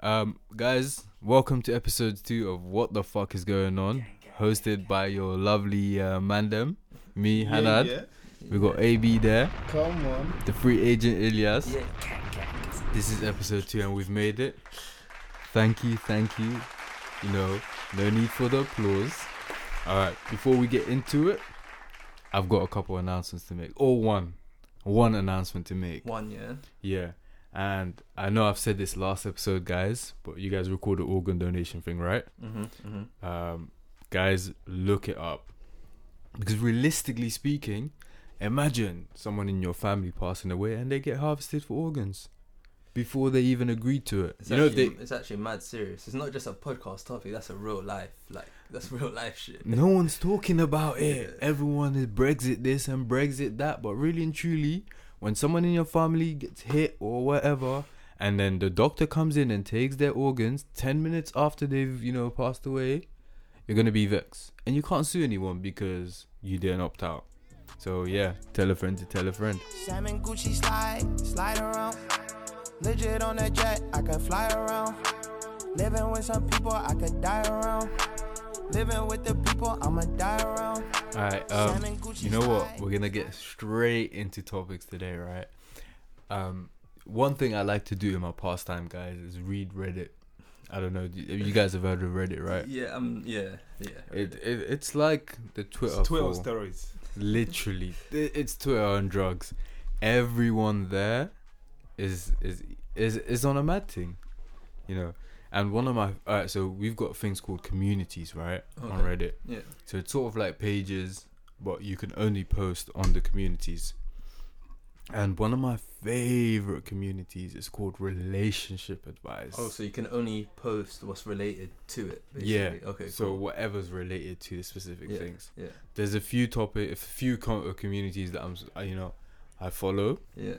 Um, guys, welcome to episode two of What the Fuck is Going On, hosted by your lovely uh, mandem, me, Yeah, Hanad. yeah. We got AB there, Come on. the free agent Ilyas. This is episode two, and we've made it. Thank you, thank you. You know, no need for the applause. All right, before we get into it, I've got a couple announcements to make, or one, one announcement to make. One, yeah. Yeah. And I know I've said this last episode, guys, but you guys recall the organ donation thing, right? Mm-hmm, mm-hmm. Um, guys, look it up. Because realistically speaking, imagine someone in your family passing away and they get harvested for organs before they even agreed to it. It's, you know, actually, they, it's actually mad serious. It's not just a podcast topic. That's a real life. Like that's real life shit. no one's talking about it. Everyone is Brexit this and Brexit that, but really and truly, when someone in your family gets hit or whatever, and then the doctor comes in and takes their organs ten minutes after they've you know passed away, you're gonna be vexed, and you can't sue anyone because you didn't opt out. So yeah, tell a friend to tell a friend. Salmon Gucci slide, slide around. Legit on a jet, I can fly around. Living with some people, I could die around. Living with the people, I'ma die around. All right, um, you know what? We're gonna get straight into topics today, right? Um, one thing I like to do in my pastime, guys, is read Reddit. I don't know, do- you guys have heard of Reddit, right? Yeah. Um. Yeah. Yeah. It, it it's like the Twitter, It's Twitter for- steroids. literally. I- It's Twitter on drugs. Everyone there is is is is on a mad thing, you know. And one of my all right, so we've got things called communities, right, on Okay. Reddit. Yeah. So it's sort of like pages, but you can only post on the communities. And one of my favorite communities is called Relationship Advice. Oh, so you can only post what's related to it. Basically. yeah. Okay. So cool. whatever's related to the specific Yeah. things. Yeah. There's a few topic, a few com- uh, communities that I'm, s- uh, you know, I follow. Yeah.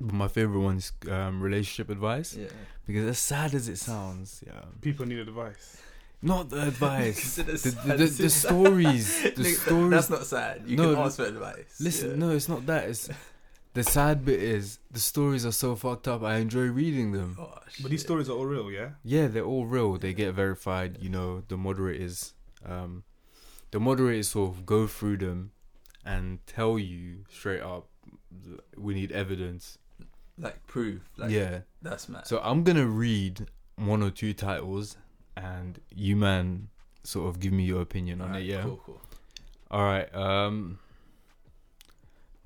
But my favorite one's um, Relationship Advice Yeah. because as sad as it sounds, yeah, People need advice. not the advice, the, Consider the, sad the, as the it- stories, the Nigga, stories. That's not sad. You No, can ask for advice. Listen, Yeah. no, it's not that. It's the sad bit is the stories are so fucked up. I enjoy reading them. Oh, But these shit. stories are all real, yeah? Yeah, they're all real. They get verified. You know, the moderators, um, the moderators sort of go through them and tell you straight up, we need evidence. Like proof. Like, yeah. That's mad. So I'm gonna read one or two titles, and you man, sort of give me your opinion on Alright, it. Yeah. Cool. Cool. All right. Um.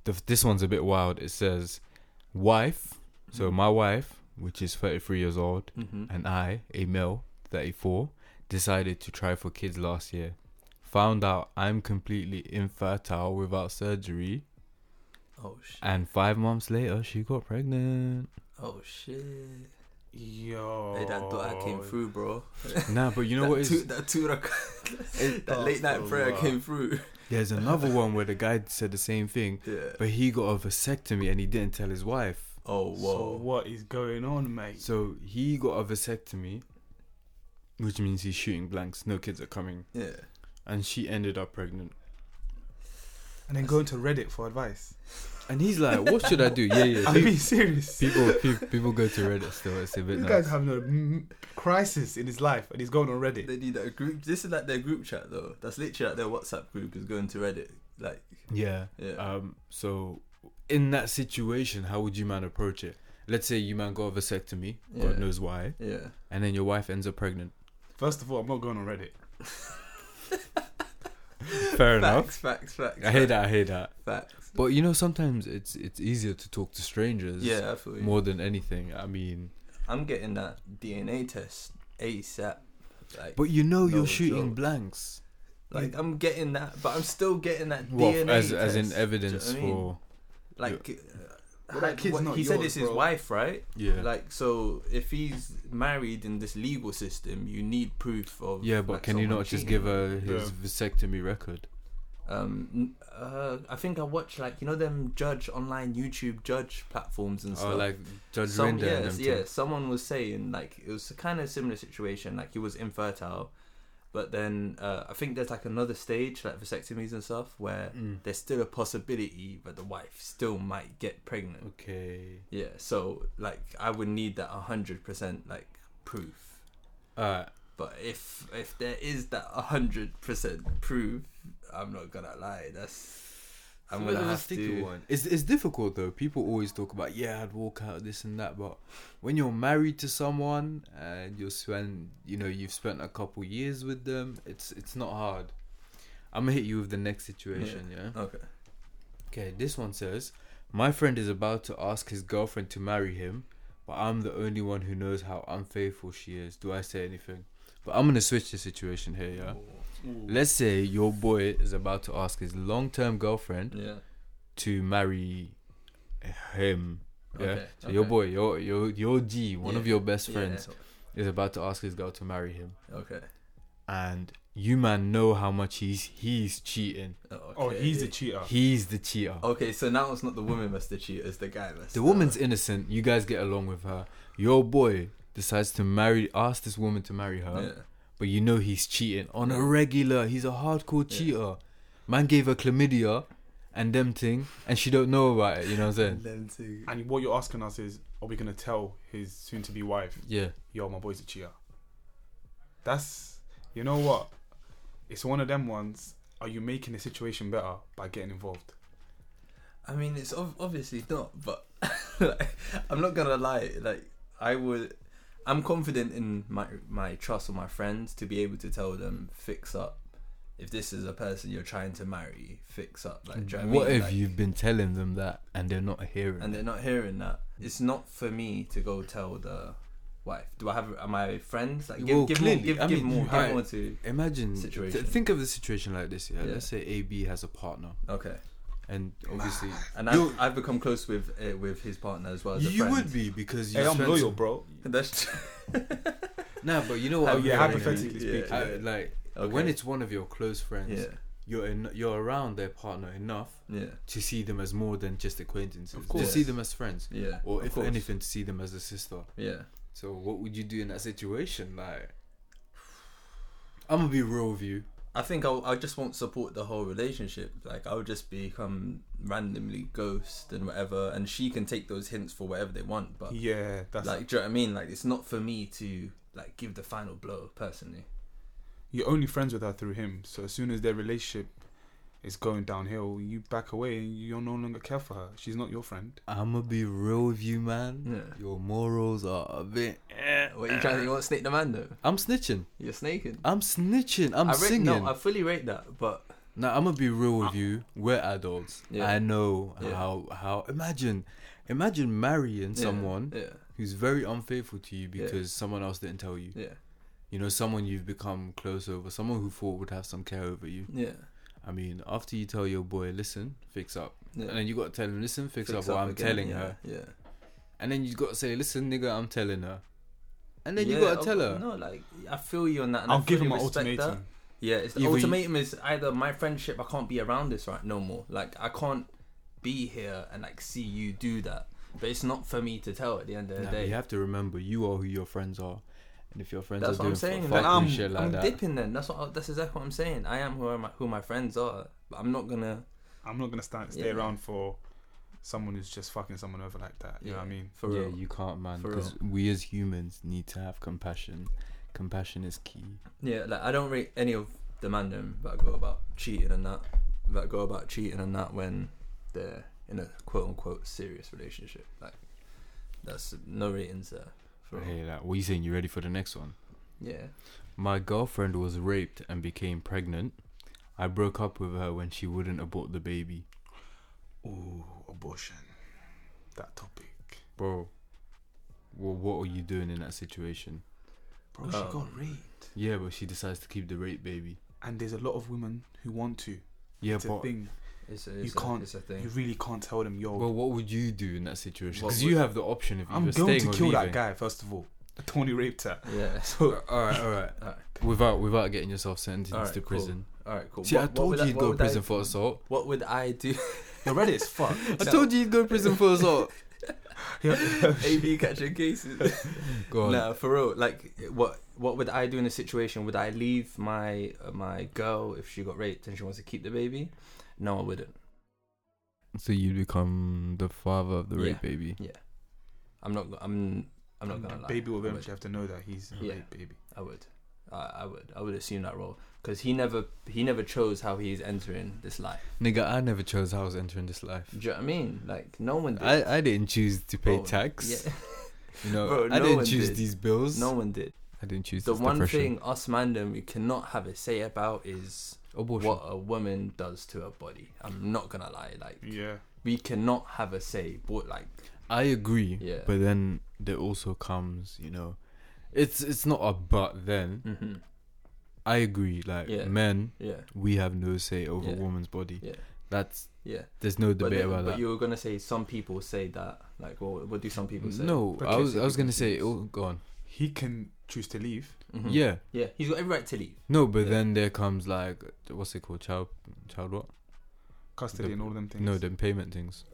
The, this one's a bit wild. It says, "Wife." So my wife, which is 33 years old, Mm-hmm. and I, a male, 34, decided to try for kids last year. Found out I'm completely infertile without surgery, Oh shit. and five months later she got pregnant. Oh shit. Yo. Hey, that daughter came through, bro. nah, but Oh. you know that what is? two, that two rak- that late night Oh, prayer wow. came through. There's another one where the guy said the same thing, Yeah. but he got a vasectomy and he didn't tell his wife. Oh So whoa. what is going on, mate? So he got a vasectomy, which means he's shooting blanks. No kids are coming, yeah. and she ended up pregnant. And then going to Reddit for advice. And he's like, "What should I do?" Yeah, yeah. I'm pe- being serious. people, pe- people go to Reddit still. It's a bit nuts. This guy's having a m- crisis in his life and he's going on Reddit. They need a group. This is like their group chat though. That's literally like their WhatsApp group is going to Reddit. Like yeah. yeah. Um. So, in that situation, how would you man approach it? Let's say you man got a vasectomy, Yeah. God knows why, yeah. and then your wife ends up pregnant. First of all, I'm not going on Reddit. Fair enough. Facts, facts, facts. I hear that. I hear that. Facts. But you know, sometimes it's it's easier to talk to strangers. Yeah, I feel you. More than anything, I mean. I'm getting that DNA test ASAP. Like, But you know, No you're shooting joke. blanks. like I'm getting that, but I'm still getting that What DNA as test. as in Do you know evidence what I mean? for? like. Well, that uh, kid's what- not he said yours, it's his bro. wife, right? Yeah. Like, so if he's married in this legal system, you need proof of. yeah, but like, can you someone not just cheating. give her his Yeah. vasectomy record? Um, n- uh, I think I watch like you know them judge online YouTube judge platforms and stuff. Or Oh, like Judge Some, Rinder and yes, them yeah. Someone was saying like it was a kind of similar situation. Like he was infertile, but then uh, I think there's like another stage, like vasectomies and stuff, where Mm. there's still a possibility that the wife still might get pregnant. Okay. Yeah, so like I would need that hundred percent like proof. Uh, But if if there is that hundred percent proof, I'm not gonna lie. That's I'm gonna have to. one. It's it's difficult though. People always talk about yeah, I'd walk out this and that, but when you're married to someone and you spend, you know, you've spent a couple years with them, it's it's not hard. I'm gonna hit you with the next situation. yeah? Okay. Okay, this one says, My friend is about to ask his girlfriend to marry him, but I'm the only one who knows how unfaithful she is. Do I say anything? But I'm gonna switch the situation here, yeah? Let's say your boy is about to ask his long term girlfriend Yeah. to marry him. Yeah. Okay, so your okay. boy, your your your G, one of Yeah, your best yeah. friends, is about to ask his girl to marry him. Okay. And you man know how much he's he's cheating. okay. Oh, he's a cheater. He's the cheater. Okay, so now it's not the woman that's the cheater, it's the guy that's The woman's innocent. You guys get along with her. Your boy decides to marry, ask this woman to marry her, Yeah. but you know he's cheating on a regular. He's a hardcore Yeah. cheater. Man gave her chlamydia and them thing, and she don't know about it. You know what I'm saying? Them two. And what you're asking us is, are we gonna tell his soon-to-be wife, Yeah. "Yo, my boy's a cheater"? That's, you know what? It's one of them ones. Are you making the situation better by getting involved? I mean, it's ob- obviously not, but like, I'm not gonna lie. Like, I would, I'm confident in my my trust of my friends to be able to tell them fix up. If this is a person you're trying to marry, fix up. Like, do you know what, what I mean? if Like, you've been telling them that and they're not hearing? and they're not hearing that? It's not for me to go tell the wife. Do I have? Am I friends? Like, give, Well, give clearly, more, give, I give mean, more, you- give I- more to. Imagine. Situation. th- think of the situation like this. Yeah? Yeah. Let's say AB has a partner, Okay, and obviously and You- I've, I've become close with uh, with his partner as well. As a you friend. would be because you Hey, I'm spent- loyal, bro. That's Nah, but you know what? Oh, I'm yeah, hearing, hypothetically yeah. speaking. I, like Okay. when it's one of your close friends, yeah, you're en- you're around their partner enough yeah, to see them as more than just acquaintances. Of To course. see them as friends, yeah. or of if course. anything, to see them as a sister. Yeah. So what would you do in that situation? Like, I'm gonna be real with you. I think I'll, I just won't support the whole relationship. Like, I'll just become randomly ghost and whatever, and she can take those hints for whatever they want. But, Yeah, that's like, do you know what I mean? Like, it's not for me to, like, give the final blow, personally. you're only friends with her through him. So as soon as their relationship is going downhill, you back away and you no longer care for her. She's not your friend. I'm gonna be real with you, man. Yeah. Your morals are a bit. eh. What you trying to, you want to snake the man, though? I'm snitching. You're snaking. I'm snitching. I'm I rate- singing. No, I fully rate that, but, Now I'm gonna be real with you. We're adults. Yeah. I know Yeah. how how. Imagine, imagine marrying yeah, someone Yeah, who's very unfaithful to you Yeah. because someone else didn't tell you. yeah, You know, someone you've become close over, someone who thought would have some care over you. yeah. I mean, after you tell your boy, listen, fix up, yeah. and then you got to tell him, listen, fix, up, Fix what I'm again, telling yeah, her, Yeah. and then you got to say, listen, nigga, I'm telling her, and then you Yeah, got I'll- to tell her. No, like, I feel you on that. And I'll I give fully him an respect that. ultimatum. Yeah, it's the Either you- ultimatum is either my friendship, I can't be around this right no more. Like I can't be here and like see you do that. But it's not for me to tell at the end of the Nah, but day. you have to remember, you are who your friends are, and if your friends That's are what I'm doing saying. fuckery Like, I'm, shit like I'm that, dipping then. That's what. I, that's exactly what I'm saying. I am who my, who my friends are. But I'm not gonna I'm not gonna stand, stay Yeah. around for someone who's just fucking someone over like that. You know what I Yeah. mean? for yeah, real. you can't, man. For Because we as humans need to have compassion. Compassion is key. Yeah, like I don't rate any of the mandem that go about cheating and that that go about cheating and that when they're in a quote unquote serious relationship. Like that's no ratings there. For I real. hear that. What are you saying? You ready for the next one? Yeah. My girlfriend was raped and became pregnant. I broke up with her when she wouldn't abort the baby. Ooh, abortion. That topic. Bro, well, what are you doing in that situation? Bro, Um, she got raped. Yeah, but she decides to keep the rape baby. And there's a lot of women who want to. Yeah, It's a but thing. It's a, You it's can't- A, it's a You thing. really can't tell them, yo. well, what would you do in that situation? What Because would- you have the option of either I'm going staying to or kill that leaving. guy first of all. Tony raped her. Yeah. all right, all right. Alright. Without without getting yourself sentenced Alright, to cool. prison. All right. Cool. See, I told would you you'd what go to would I- prison for assault. What would I do? The Reddit's fuck. I told you you'd go to prison for assault. AB catching cases. Go on. Nah, for real. Like, what what would I do in a situation? Would I leave my uh, my girl if she got raped and she wants to keep the baby? No, I wouldn't. So you become the father of the Yeah. rape baby. I'm not. I'm I'm not gonna lie. Baby will I would. eventually have to know that he's a Yeah. rape baby. I would. I, I would. I would assume that role because he never he never chose how he's entering this life. Nigga, I never chose how I was entering this life. Do you know what I mean? Like no one did. I, I didn't choose to pay Bro, tax. Yeah, You know, Bro, I no didn't one choose did. these bills. no one did. I didn't choose The this one depression. thing us mandem we cannot have a say about is Abortion. what a woman does to her body. I'm not gonna lie. Like Yeah. we cannot have a say. But like I agree. Yeah. But then there also comes, you know, it's it's not a but. Then hmm I agree. Like Yeah. men, yeah, we have no say over Yeah. a woman's body. Yeah. That's yeah. there's no But, debate then- about but that. you were gonna say some people say that. Like what, what do some people say? No, But I yes, was you I was can gonna say choose. oh go on. He can choose to leave. Mhm. Yeah. yeah. He's got every right to leave. No, but Yeah. then there comes like what's it called? Child child what? Custody The- and all them things. No, them payment things.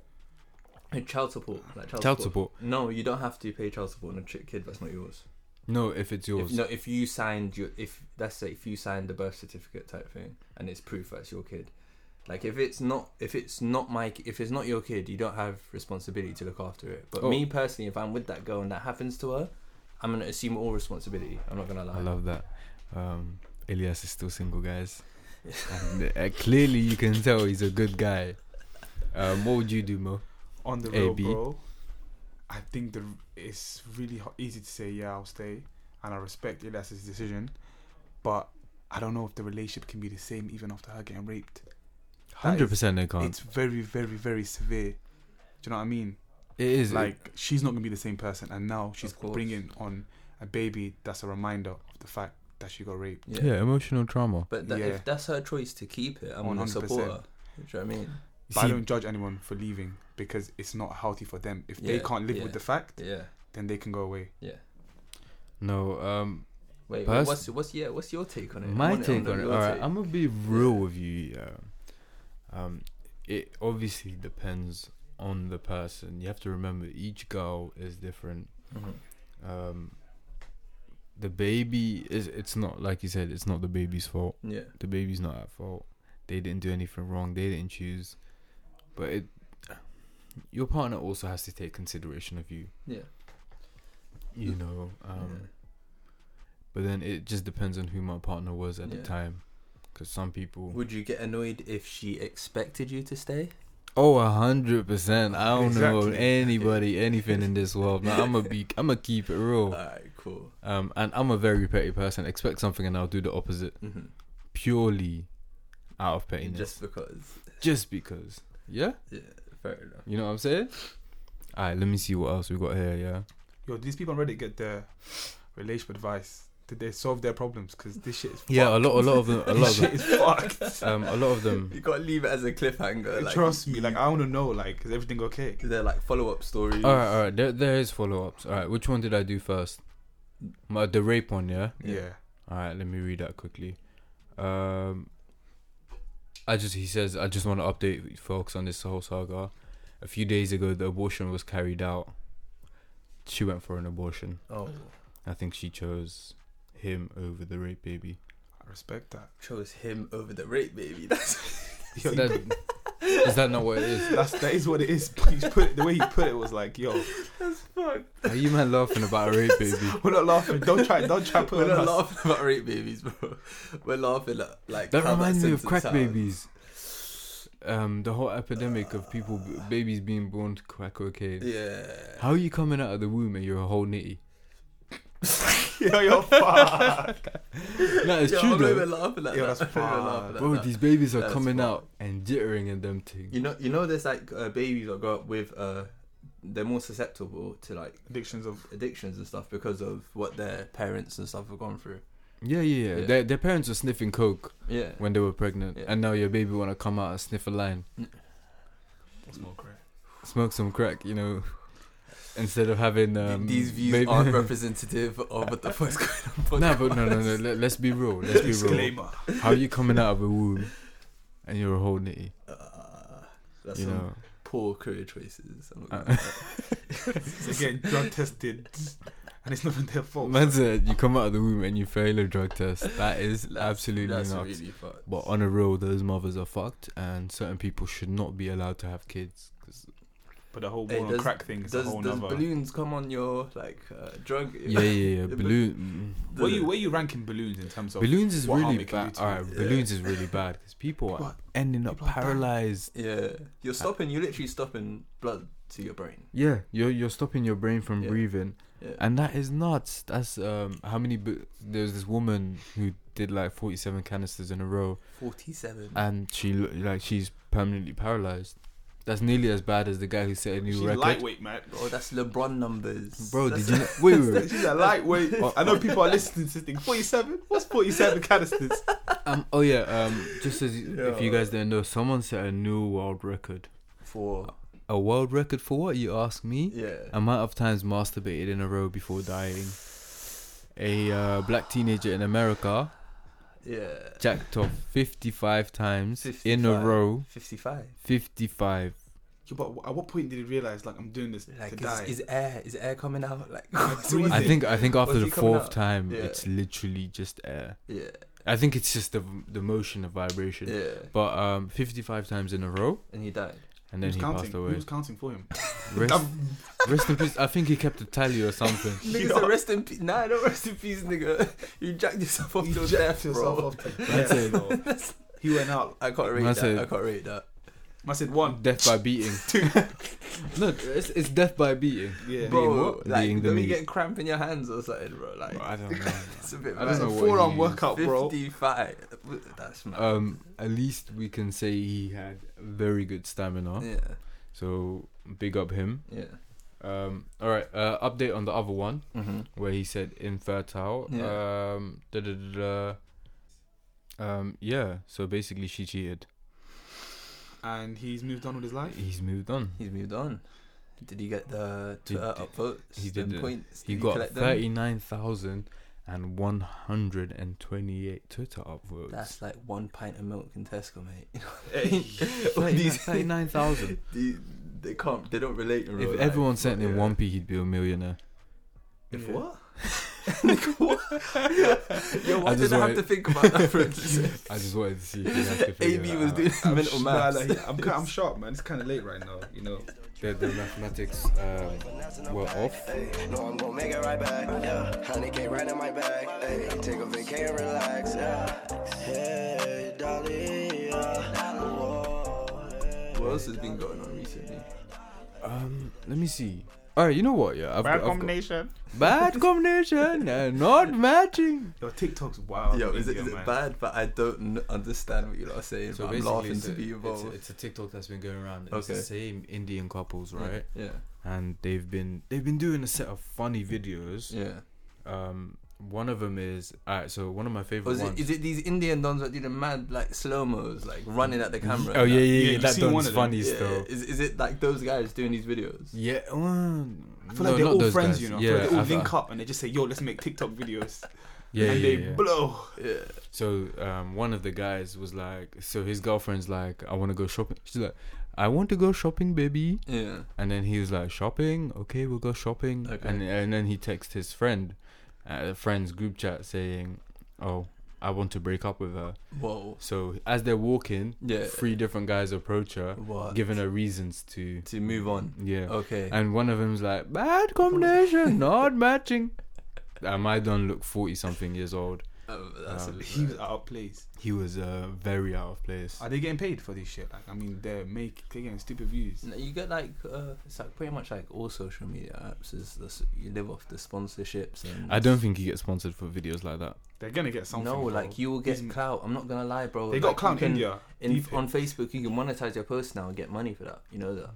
And child support. Like child, Child support. No, you don't have to pay child support on a ch- kid that's not yours. No, if it's yours. If, no, if you signed your if let's say if you signed the birth certificate type thing and it's proof that's your kid, like if it's not if it's not my ki- if it's not your kid, you don't have responsibility to look after it. But Oh. me personally, if I'm with that girl and that happens to her, I'm gonna assume all responsibility. I'm not gonna lie. I love that. Um, Elias is still single, guys. and, uh, clearly, you can tell he's a good guy. Um, what would you do, Mo? On the A, real, B. bro. I think the it's really ho- easy to say yeah, I'll stay, and I respect Elias's decision, but I don't know if the relationship can be the same even after her getting raped. That Hundred is- percent, they can't. It's very, very, very severe. Do you know what I mean? It is Like she's not gonna be the same person, and now she's Of course. bringing on a baby that's a reminder of the fact that she got raped. yeah. emotional trauma. But that, Yeah. if that's her choice to keep it, I'm gonna support her. 100%. Do you know what I mean? You But I see, don't judge anyone for leaving because it's not healthy for them. If they Yeah, can't live yeah. with the fact, Yeah, then they can go away. yeah. no, um, Wait, Pers- what's what's yeah? What's your take on it? I my want I take want on it. your All right, take. I'm gonna be real with you. Yeah. Um, it obviously depends on the person. You have to remember each girl is different. Mhm. Um, the baby is. It's not like you said. It's not the baby's fault. Yeah, the baby's not at fault. They didn't do anything wrong. They didn't choose. But it, your partner also has to take consideration of you. yeah. You know. Um, Yeah. But then it just depends on who my partner was at Yeah. the time. Because some people. Would you get annoyed if she expected you to stay? Oh, a hundred percent. I don't know Exactly. anybody, anything in this world. Now I'm gonna be, I'm gonna keep it real. Alright, cool. Um, and I'm a very petty person. Expect something, and I'll do the opposite hmm purely out of pettiness, Just because. just because. Yeah. Yeah, fair enough. You know what I'm saying? Alright, let me see what else we got here, yeah. Yo, these people on Reddit get their relationship advice. Did they solve their problems? Because this shit is Yeah, a lot a lot of them a fucked. lot This of shit them is fucked. um a lot of them You gotta leave it as a cliffhanger. Like, Trust me, like I want to know, like, is everything okay? they're like follow up stories. Alright, alright, there there is follow ups. Alright, which one did I do first? My the rape one, yeah? Yeah. Alright, let me read that quickly. Um I just he says I just want to update folks on this whole saga. A few days ago the abortion was carried out. She went for an abortion. Oh, I think she chose him over the rape baby. I respect that. chose him over the rape baby. That's Yo, That, is that not what it is? That's that is what it is. But he's put it, the way he put it was like, yo, Are you man laughing about a rape baby? we're not laughing. Don't try, don't try put We're it on not us. laughing about rape babies, bro. We're laughing at like. That how reminds me of sentence crack sounds. babies. Um, the whole epidemic of people, b- babies being born to crack cocaine. Yeah. How are you coming out of the womb and you're a whole nitty? Yo, yo, fuck. No, it's Yo, true I'm not even though. laughing at Yo, that. that's I'm not even far. laughing at Bro, that. these babies are That's coming wild. out and jittering and them things. You know, you know, there's like uh, babies that grow up with. Uh, they're more susceptible to like Addictions of addictions and stuff because of what their parents and stuff have gone through. Yeah, yeah, yeah. Yeah. Their, their parents were sniffing coke Yeah. when they were pregnant, Yeah. and now your baby wanna come out and sniff a line, smoke crack. smoke some crack, you know, instead of having Th- um, These views baby- aren't representative of what the fuck's going on. Nah, but no, no, no. Let, let's be real. Let's be real. Disclaimer. How you coming out of a womb and you're a whole nitty? Uh, that's You some know. poor career choices. I'm not gonna Uh, lie. They're getting drug tested, and it's not even their fault. Man said you come out of the womb and you fail a drug test. That is That's- absolutely that's nuts. really fucked. But on a real, those mothers are fucked, and certain people should not be allowed to have kids because But the whole Hey, war on does- crack thing is Does, a whole does nother. balloons come on your like uh, drug? Yeah, yeah, yeah. Balloon. mm. Where you where you ranking balloons in terms of Balloons is what harm really it can do bad. to All right, you. balloons is really bad because people are People- ending up people are dying. paralyzed. Yeah, you're Uh, stopping. You're literally stopping blood to your brain. Yeah, you're you're stopping your brain from Yeah. breathing, Yeah. and that is nuts. That's um how many bu- there's this woman who did like 47 canisters in a row, Forty-seven. and she lo- like she's permanently paralyzed. That's nearly as bad as the guy who set a new She's record. lightweight, man. oh, that's LeBron numbers. Bro, That's- did you know? wait, wait, wait. She's a lightweight. Oh, I know people are listening to this thing. Forty-seven. What's forty-seven canisters? Um, oh yeah. Um, just as if you Yeah. guys didn't know, someone set a new world record. for A world record for what? You ask me. yeah. Amount of times masturbated in a row before dying. A uh, black teenager in America yeah. jacked off 55 times in a 55. row. Fifty-five. 55. Yeah, but at what point did he realize like I'm doing this Like, to is, die? is air is air coming out? Like, what's- breathing. what's I it? think I think after Was the he coming fourth out? time, Yeah. it's literally just air. Yeah, I think it's just the the motion of vibration. yeah. But um, 55 times in a row, And he died. and then Who's he counting? passed Who away. was counting for him? Rest, rest in peace. I think he kept a tally or something. Nigga said rest in peace. Nah, don't rest in peace, nigga. You jacked yourself off You your jacked death, yourself bro. off to That's death, it. bro. That's- He went out. I can't rate Man that. said- I can't rate that. I said one. Death by beating. Look, it's, it's death by beating. Yeah. Bro, Bro, what? like, Being the don't meat. you get cramp in your hands or something, bro? Like, I don't know. it's a bit I don't mad. know what Forearm he- workout, bro. 55. That's mad. Um, at least we can say he had very good stamina. yeah, So big up him. yeah. Um, all right. Uh, update on the other one Mm-hmm. where he said infertile. Yeah. Um, da da da. Um, yeah. So basically, she cheated. And he's moved on with his life. He's moved on. He's moved on. Did he get the Did- Twitter upvotes? he them did it. Points? He Did got collect them? thirty nine thousand and one hundred and twenty eight Twitter upvotes. That's like one pint of milk in Tesco, mate. All these- thirty nine thousand. they, they can't. They don't relate. In real If life. everyone sent him Yeah. one p, he'd be a millionaire. If Yeah. what? Nigga, what? Yo, why I just did I wanted- have to think about that for a second? I just wanted to see. If he had to figure AB that was out. doing I'm mental sh- math. nah, like, I'm, ki- I'm sharp, man. It's kind of late right now, you know. the, the mathematics um, were off. No, I'm gonna make it right back. Yeah, honey came right in my bag. Hey, take a vacation, relax. Yeah, hey, Dolly. Yeah, Whoa, hey. what else has been going on recently? Um, let me see. All right, you know what? Yeah, I've got- I've got- Bad combination and not matching. Yo, TikTok's Oh, wild. Yo, in is it, India, is man. it bad? But I don't kn- understand what you lot are saying. but I'm laughing to be involved. a TikTok that's been going around. It's the Okay. same Indian couples, Yeah. And they've been they've been doing a set of funny videos. Yeah. Um, one of them is all right. So one of my favorite Was it, ones. is it these Indian dons that do the mad like slow mos, like running at the camera? oh and yeah, yeah, yeah. that? Yeah, you that seen one one's of them? funny still. Is, is it like those guys doing these videos? Yeah, mm, I feel no, like they're not all those friends, guys. you know. Yeah, I feel like they all I've- link up and they just say, "Yo, let's make TikTok videos," Yeah, and yeah, they yeah. blow. Yeah. So um, one of the guys was like, so his girlfriend's like, I want to go shopping. She's like, I want to go shopping, baby. Yeah. And then he was like, shopping? Okay, we'll go shopping. Okay. And and then he texts his friend, uh, friend's group chat saying, oh, I want to break up with her. Whoa. So as they're walking, Yeah. three different guys approach her, What? giving her reasons to, to move on. yeah. Okay. And one of them's like, bad combination, not matching. Uh, my don look forty something years old. Um, that's a Um, bit He was out of place. He was uh, very out of place. Are they getting paid for this shit? Like, I mean, they're make they're getting stupid views. No, You get like uh, it's like pretty much like all social media apps is the, s- you live off the sponsorships and I don't think he gets sponsored for videos like that. They're gonna get something. no bro. like you will get These- clout. I'm not gonna lie, bro. They Like, got you clown can- India. in, Deep- on Facebook. You can monetize your posts now and get money for that. You know that?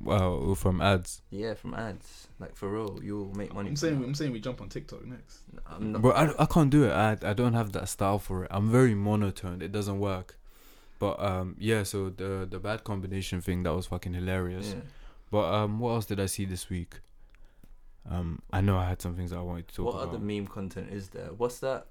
Well, from ads. Yeah, from ads. Like for real, you'll make money. I'm from saying that. I'm saying we jump on TikTok next. I'm not. But I, I can't do it. I, I don't have that style for it. I'm very monotone. It doesn't work. But um yeah, so the the bad combination thing that was fucking hilarious. yeah. But um what else did I see this week? Um I know I had some things that I wanted to talk What about. other meme content is there? What's that,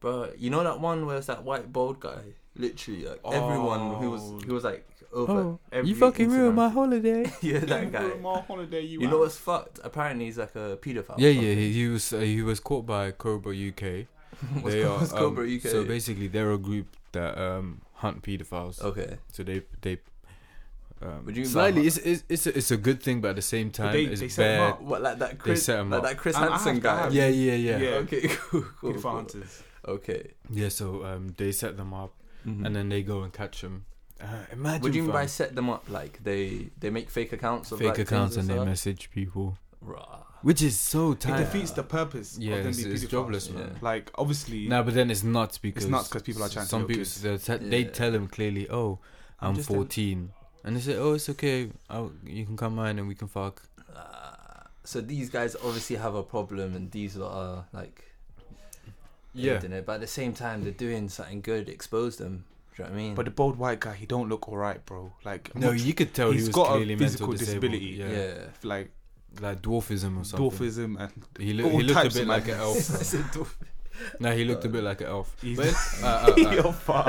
bro? You know that one where it's that white bald guy. Literally, like everyone who was who was like over. oh, every you fucking ruined Instagram. my holiday. yeah, that guy. holiday, you You know what's fucked? Apparently, he's like a pedophile. yeah, yeah, he, he was uh, he was caught by Cobra UK. What's They Co- are, what's um, Cobra UK? So basically, they're a group that um hunt pedophiles. Okay. So they they Um, What do Oh. you mean by slightly, it's, hot? it's it's a, it's a good thing, but at the same time, they- it's they set 'em bad. up. What like that Chris? set 'em Like up. that Chris And I Hansen have guy. that. Yeah, yeah, yeah, Yeah. yeah. Okay. Cool. Cool. Good for cool. answers. Okay. so um, they set them up, Mhm. and then they go and catch them. Uh, imagine. What do you mean by fam, set them up? Like they they make fake accounts of fake like, things accounts and they stuff? message people, Rah. which is so It tight. defeats the purpose. Yeah, of them it's, being it's pedophiles. jobless, Yeah. man. Like obviously, No, but then it's nuts because nuts 'cause people are s- trying to Some kill people kids. they'll te- they Yeah. tell them clearly, "Oh, I'm I'm, just a- 14," and they say, "Oh, it's okay. I'll, you can come mine and we can fuck." Ah. so these guys obviously have a problem, and these lot are like aiding it. But at the same time, they're doing something good. Expose them. Do you know what I mean? but the bald white guy, he don't look alright, bro. Like I'm No, not you could tell he's he was got a clearly physical mental disabled. disability. Yeah. yeah. sure, like like dwarfism or something. dwarfism and He, loo- all he looked a types bit of like an madness. elf. no, he looked a bit like an elf. He's- But, uh, uh, uh, You're far.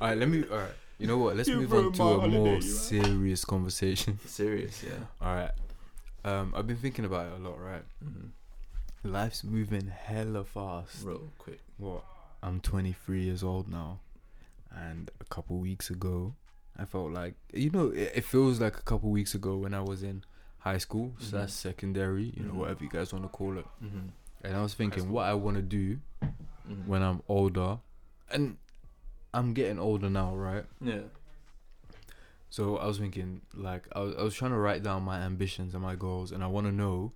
all right, let me. All right, you know what? Let's You move on ruined to my a holiday, more you know? serious conversation. Serious. Yeah. All right, um, I've been thinking about it a lot. Right, Mhm. life's moving hella fast. Real quick. What? I'm 23 years old now, and a couple weeks ago, I felt like you know it, it feels like a couple weeks ago when I was in high school, so that's secondary, you know Mhm. whatever you guys want to call it. Mm-hmm. And I was thinking what I want to do Mhm. when I'm older, and I'm getting older now, right? Yeah. So I was thinking like I was, I was trying to write down my ambitions and my goals, and I want to know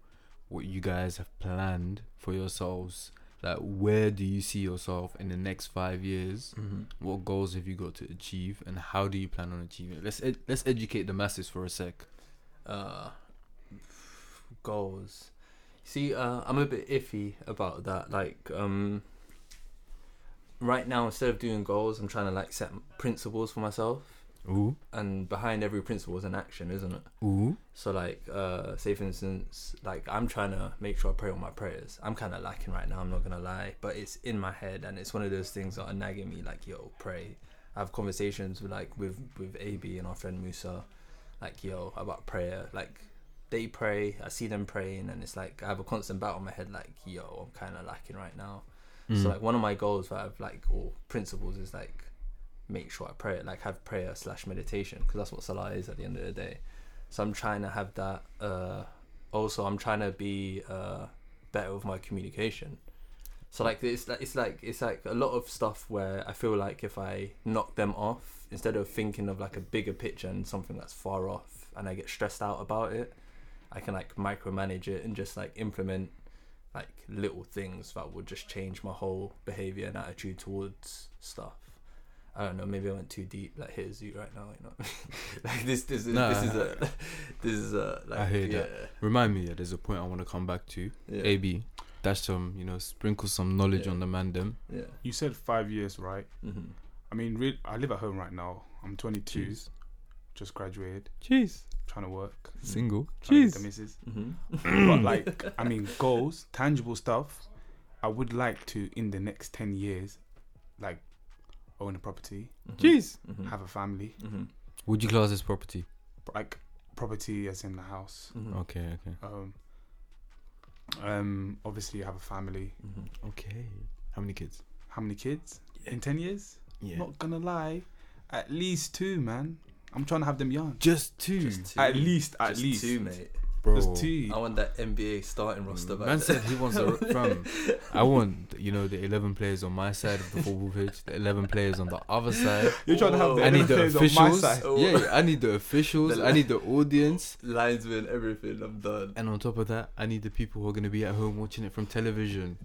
what you guys have planned for yourselves. Like, where do you see yourself in the next five years? Mm-hmm. what goals have you got to achieve and how do you plan on achieving it let's ed- let's educate the masses for a sec uh, goals. See, uh, I'm a bit iffy about that. Like, um, right now, instead of doing goals, I'm trying to like set principles for myself. ooh And behind every principle is an action, isn't it? ooh So, like, uh, say for instance, like I'm trying to make sure I pray all my prayers. I'm kind of lacking right now. I'm not gonna lie, but it's in my head, and it's one of those things that are nagging me. Like, yo, pray. I have conversations with like with with AB and our friend Musa, like yo about prayer. Like, they pray. I see them praying, and it's like I have a constant battle in my head. Like, yo, I'm kind of lacking right now. So like one of my goals that I've like or principles is like make sure I pray like have prayer slash meditation because that's what salah is at the end of the day. So I'm trying to have that. Uh, also, I'm trying to be uh, better with my communication. So like it's like it's like it's like a lot of stuff where I feel like if I knock them off instead of thinking of like a bigger picture and something that's far off and I get stressed out about it, I can like micromanage it and just like implement like little things that would just change my whole behavior and attitude towards stuff. I don't know. Maybe I went too deep. Like here's you right now. You know, like this. This is Nah. this is a this is a like I hear yeah, that. remind me yeah, there's a point i want to come back to yeah ab dash some you know sprinkle some knowledge Yeah. on the man them yeah. you said five years, right? Mm-hmm. I mean, re- I live at home right now. I'm 22, just graduated, jeez trying to work, single trying to get the missus. Mm-hmm. but like, I mean, goals, tangible stuff. I would like to, in the next 10 years, like, own a property, jeez Mm-hmm. have a family, Mm-hmm. would you class as property like property as in the house. Mm. Mm-hmm. okay okay Um, um, obviously have a family. Mm-hmm. okay how many kids How many kids in 10 years? yeah Not gonna lie, at least two, man. I'm trying to have them young. just two Just two. At least, at Just least. two, mate. bro Mm. Just two. I want that NBA starting roster. back man there. said he wants a from i want you know the 11 players on my side of the football pitch the 11 players on the other side You're trying to have Whoa. the I need the NFL on my officials. side. Oh. Yeah, yeah, I need the officials. I need the audience. linesman, everything. I'm done. And on top of that, I need the people who are going to be at home watching it from television.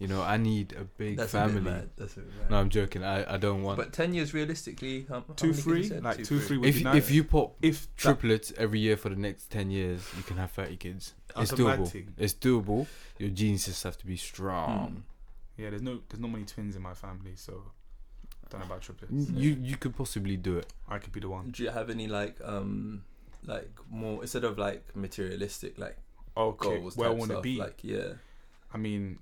You know, I need a big That's A bit family. mad. That's a bit mad. No, I'm joking. I, I don't want. but ten years realistically, um, how Two many kids you free, said? like two free would if be nice. if you pop if that, triplets every year for the next 10 years, you can have 30 kids. It's That's a mad doable. thing. It's doable. Your genes just have to be Hmm. Um. strong. yeah, there's no there's not many twins in my family, so don't know about triplets. You you could possibly do it. I could be the one. Do you have any like um like more instead of like materialistic like Oh, Okay, goals? where I type want to stuff, be. Like yeah. I mean,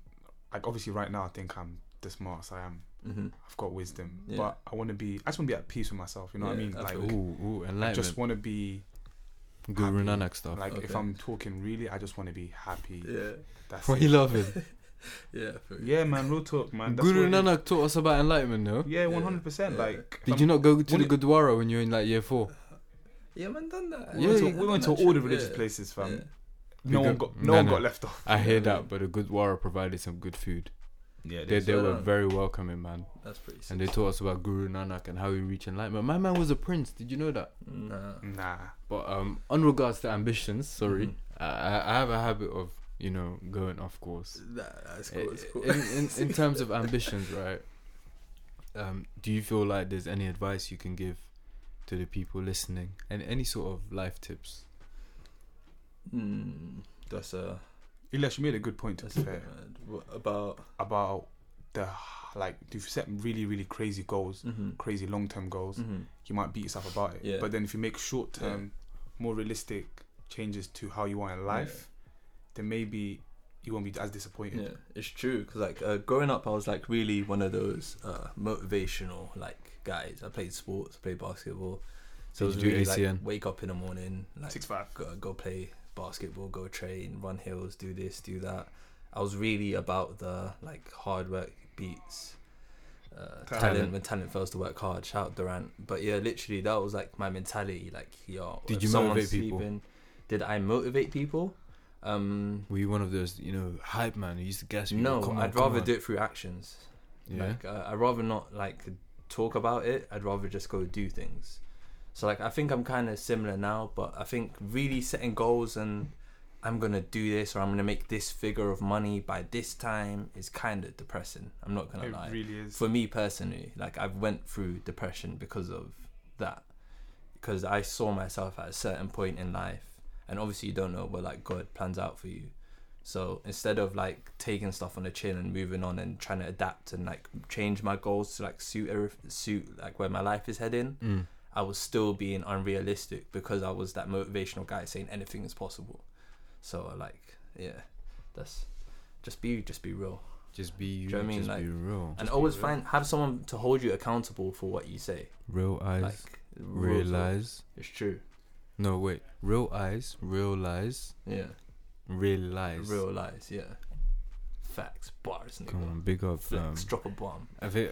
like obviously right now I think I'm the smartest I am. Mm-hmm. I've got wisdom, Yeah. but I want to be. I just want to be at peace with myself. You know what I Yeah, mean? I Like, Ooh, ooh, I enlightenment. just want to be Guru happy. Nanak stuff. like. Okay. If I'm talking really, I just want to be happy. Yeah. That's What you it. loving? Yeah. for- Yeah, man. Real talk, man. That's Guru what it is. Nanak taught us about enlightenment, no? Yeah, one hundred percent. Yeah. Like, if Did I'm- you not go to the wouldn't- Gurdwara when you were in like year four? Yeah, man, done that. We went to, we went to all the religious places, fam. No We one got- got no nah, one nah. got left off. I hear that, but the Gurdwara provided some good food. Yeah, They, they so were done. very welcoming, man. That's pretty sick. And they taught us about Guru Nanak and how he reached enlightenment. My man was a prince. Did you know that? Nah. Nah. But um, on regards to ambitions, sorry, Mhm. I I, I have a habit of you know going off course. That, that's cool. It's I- cool. In, in in terms of ambitions, right? Um, do you feel like there's any advice you can give to the people listening, and any sort of life tips? mm, that's a Elias, you made a good point to that's be a fair bit mad. What about about the like if you set really really crazy goals, mm-hmm, crazy long term goals, mm-hmm, you might beat yourself about it. Yeah. But then if you make short term, more realistic changes to how you are in life, then maybe you won't be as disappointed. Yeah, it's true. Cause like uh, growing up, I was like really one of those uh, motivational like guys. I played sports, I played basketball. So it Did was you do really ACN? like wake up in the morning, like Six five. go, go play basketball, go train, run hills, do this, do that. I was really about the like hard work beats. Uh, talent. Talent. when talent fails to work hard, shout out Durant. But yeah, literally that was like my mentality. Like, yo, Did if you someone's motivate people? did I motivate people? Um, Were you one of those you know hype man who used to gas people? no, come on, I'd come rather on." do it through actions. Yeah. Like uh, I'd rather not like talk about it. I'd rather just go do things. So like I think I'm kind of similar now, but I think really setting goals and I'm gonna do this or I'm gonna make this figure of money by this time is kind of depressing. I'm not gonna It lie. really is. For me personally, like I've went through depression because of that, because I saw myself at a certain point in life, and obviously you don't know what like God plans out for you. So instead of like taking stuff on the chin and moving on and trying to adapt and like change my goals to like suit everyth- suit like where my life is heading, Mm. I was still being unrealistic because I was that motivational guy saying anything is possible. So like yeah, that's just be just be real Just be you. Do you know what I mean? Just Like- be real. and always find have someone to hold you accountable for what you say. Real eyes. Like rules of- realize. it's true. No wait. Real eyes. Real lies. Yeah, Real lies. real lies. Yeah, facts, bars, nigga. Come on, big up. Um, Flex, drop a bomb. I think.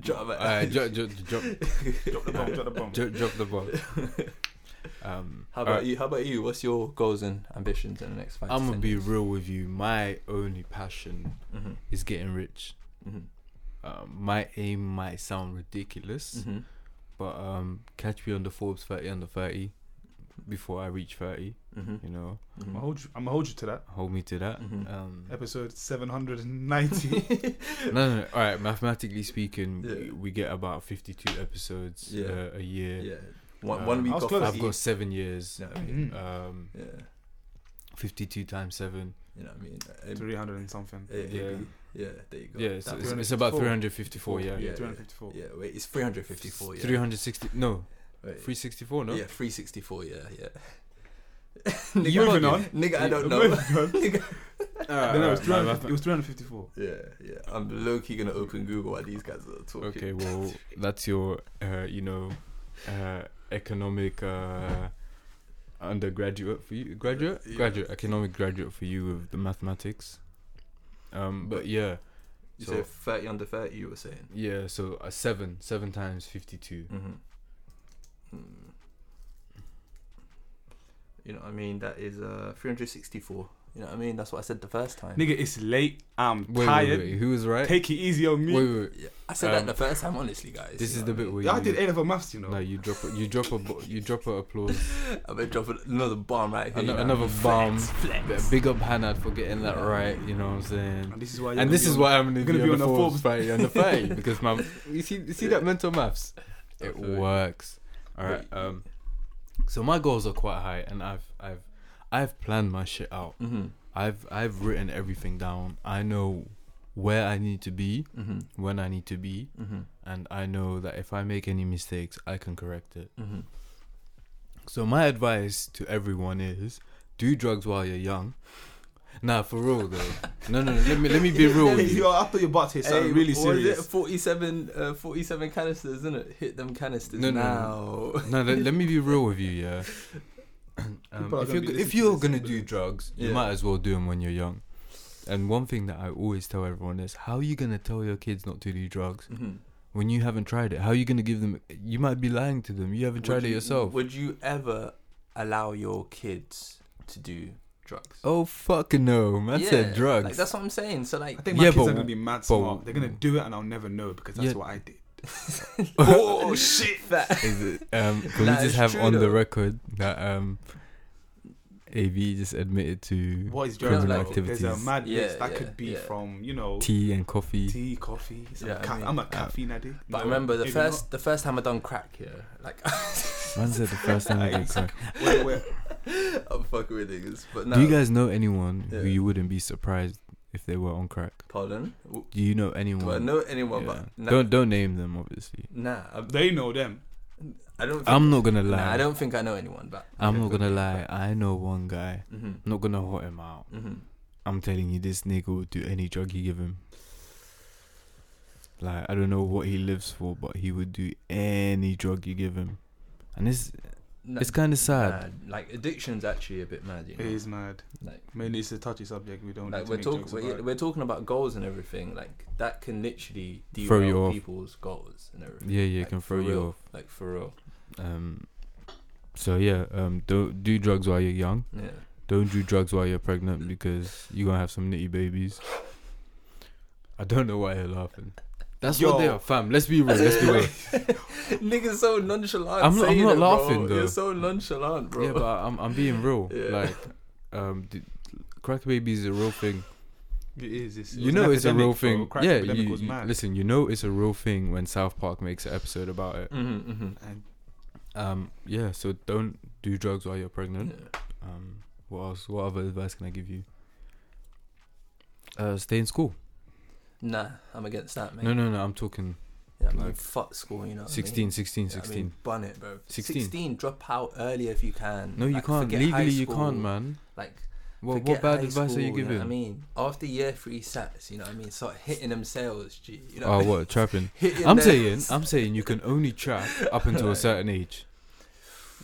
drop a Alright, uh, drop, drop, drop, drop the bomb, drop the bomb. drop, drop the ball. Um, How about alright, you? How about you? What's your goals and ambitions in the next five? I'm gonna be real with you. My only passion Mm-hmm. is getting rich. Mm-hmm. Um, my aim might sound ridiculous, Mm-hmm. but um, catch me on the Forbes 30 under 30 before I reach 30. Mm-hmm. You know, I'm gonna hold you, I'm gonna hold you to that. hold me to that. Mhm. Um, Episode 790. no, no, no. All right. Mathematically speaking, we, Yeah. we get about 52 episodes Yeah. uh, a year. Yeah, one, Uh, one week I was off. close. I've got seven years. You know what I mean? Mhm. Um, Yeah, 52 times seven. you know what I mean. It- 300 and something. it- Yeah. yeah, there you go. Yeah, it's, That it's, was- it's about 354. 354, Yeah. yeah. 354. yeah, wait, it's 354. Yeah, 360. No, Wait. 364. No. Yeah, 364, yeah, yeah. nigga, You're moving on. Nigga, I don't Moving know. on. nigga. Alright, No, no, it was, alright, my 300, bad. it was 354. Yeah, yeah. I'm low key gonna open Google while these guys are talking. Okay, well, that's your, uh, you know, uh, economic uh, undergraduate for you. Graduate? Yeah. Graduate. Economic graduate for you with the mathematics. Um, but yeah, You so- said 30 under 30, you were saying. yeah, so uh, seven, seven times 52. Mm-hmm. Mm. You know what I mean? That is uh, 364. You know what I mean? That's what I said the first time. Nigga, it's late. I'm Wait, wait, tired. wait, who was right? Take it easy on me. wait, wait, wait. Yeah, I said that Um, the first time, honestly, guys. This you is the know what I bit mean? where Yeah, I you, did A level maths, you know. no, you drop a, you drop a, bo- you drop a applause. I better drop another bomb right here. Ano- you know? another bomb. Flex, flex. But Big up Hanad for getting that right, you know what I'm saying? and this is why. you're And gonna this be is on- why I'm gonna, you're gonna be, be on the on a Forbes Forbes. party on the party because my you see you see that mental maths, I it feel you. works. All right. But- Um, so my goals are quite high, and I've I've I've planned my shit out. Mm-hmm. I've I've written everything down. I know where I need to be, Mm-hmm. when I need to be, Mm-hmm. and I know that if I make any mistakes, I can correct it. Mm-hmm. So my advice to everyone is do drugs while you're young. Nah, for real though. No, no, no. Let me let me be real with you. Yo, I thought your butt here uh, sounded really what was serious. It? 47, uh, 47 canisters, isn't it? Hit them canisters No, no, now. no, let, let me be real with you, yeah. Um, People are if gonna you're be go- listening if to you're this gonna and do be- drugs, you Yeah. might as well do them when you're young. And one thing that I always tell everyone is, how are you gonna tell your kids not to do drugs Mhm. when you haven't tried it? How are you gonna give them? You might be lying to them. You haven't tried Would it you- yourself. Would you ever allow your kids to do drugs? oh fuck no, man Yeah, said drugs. Like, that's what I'm saying. So like, I think my Yeah, kids but- are gonna be mad smart. They're gonna do it, and I'll never know because that's Yeah. what I did. oh shit! Is it, um, can we That just is have true, on the though. record that um, AB just admitted to What is drugs? criminal like, activities, There's a mad mix Yeah, that yeah, could be yeah. from you know tea, tea and coffee. coffee. some Yeah, I ca- mean, I'm a um, caffeine addict. But I No, remember the maybe first the first time I done crack, yeah, like Man said the first time I did crack. not. Wait, wait. I'm fucking with niggas. But no, Do you guys know anyone who Yeah. you wouldn't be surprised if they were on crack? pardon? W- Do you know anyone? Do I know anyone? Mm. Yeah. But nah, Don't don't name them, obviously. nah, I, They know them. I don't. Think, I'm not gonna nah, lie. I don't think I know anyone. But I'm not gonna lie. I know one guy. hmm I'm not gonna hot him out. hmm I'm telling you, this nigga will do any drug you give him. Like I don't know what he lives for, but he would do any drug you give him, and it's Nah, it's kind of sad. nah, like addiction's actually a bit mad. You know? It is mad. Like, Mainly, it's a touchy subject. We don't. like need we're to talking, Make we're, jokes we're talking about goals and everything. Like that can literally Throw you derail off. people's goals and everything. Yeah, yeah, it Like, can for throw you real. off. Like for real. Um, so yeah, um, don't do drugs while you're young. Yeah. Don't do drugs while you're pregnant because you're gonna have some nitty babies. I don't know why you're laughing. That's what they Yo. are, fam. Let's be real. Let's be real. Niggas so nonchalant. I'm not- I'm saying not it, bro. laughing, though. You're so nonchalant, bro. Yeah, but I'm I'm being real. Yeah. Like, um, d- crack baby is a real thing. It is. It's, you know, it's a real thing. yeah, you, was you- mad. listen, you know, it's a real thing when South Park makes an episode about it. Mm-hmm, mm-hmm. And Um, yeah, so don't do drugs while you're pregnant. Yeah. Um, what else? What other advice can I give you? Uh, stay in school. Nah, I'm against that, man. No, no, no. I'm talking Yeah, man, like, fuck school, you know. what I 16, mean? 16, Yeah, 16. I mean, bun it, bro. 16. 16, drop out earlier if you can. no, you Like, can't. forget high Legally, you school. can't, man. Like, Well, forget what bad high advice are you school, know giving? what I mean, after year three sets, you know what I mean? Start hitting them sales, G. You know Oh, I mean? what trapping? Hitting I'm them- saying, I'm saying you can only trap up until a Right. certain age.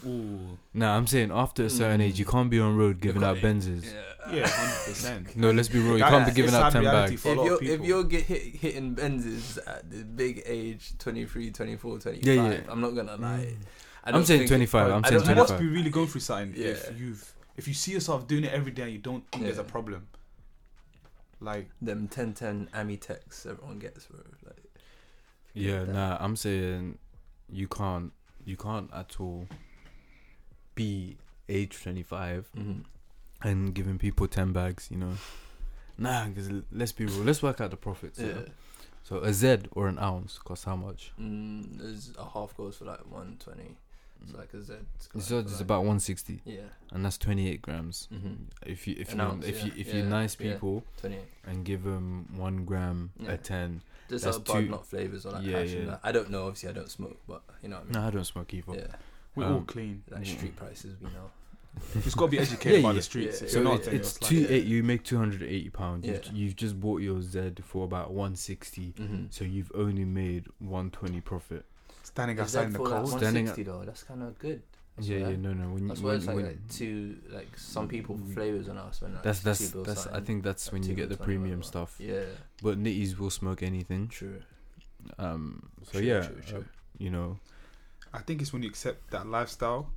ooh, Nah, I'm saying after a certain Mm. age, you can't be on road giving out Benzes. yeah, hundred percent. No, let's be real. You That- can't be that's giving the out sad 10 reality bags. for a if lot of you're, if people. you're get hit, hitting Benzes at the big age 23, 24, 25, Yeah, yeah. I'm not gonna lie. I I'm don't saying think it- 25, I'm I saying don't- I you don't- must be really going through something if Yeah. you've if you see yourself doing it every day and you don't think there's a Yeah. problem. Like Them 1010 Ami texts everyone gets, bro. Like, Yeah, that. nah, I'm saying you can't, you can't at all be age 25 mhm. and giving people 10 bags, you know. Nah, because let's be real. Let's work out the profits. Yeah. Yeah. So a Z or an ounce costs how much? Mm, there's a half goes for like 120. It's like a Z. Mm. It's just- it's about 160, Yeah. and that's 28 grams. Mhm. If you if An you ounce, if yeah, you if yeah, you're nice yeah. people 28. and give them one gram Yeah. a 10. There's That's like bud two- not flavors or like Yeah, hash and yeah. that. I don't know. Obviously, I don't smoke, but you know what I mean. No, I don't smoke either. Yeah. we're all Um, clean. Like street prices, we know. You just gotta be educated Yeah, by yeah. the streets. Yeah, If So you're So not, it, then it's you're like- two Yeah. eight. You make two hundred eighty pounds. Yeah. You've, you've just bought your Z for about one sixty. Mm-hmm. So you've only made one twenty profit. standing outside in the cold. Standing Standing at though, that's kind of good. That's yeah, what I- yeah, no, no. When, That's you why when, it's like, when- like two, like some people for flavors and us when like that's that's two bills that's. I something. think that's like when you two get the bills, premium whatever. stuff. Yeah, But nitties will smoke anything. true. Um. So True, yeah, true, true. uh, you know. I think it's when you accept that lifestyle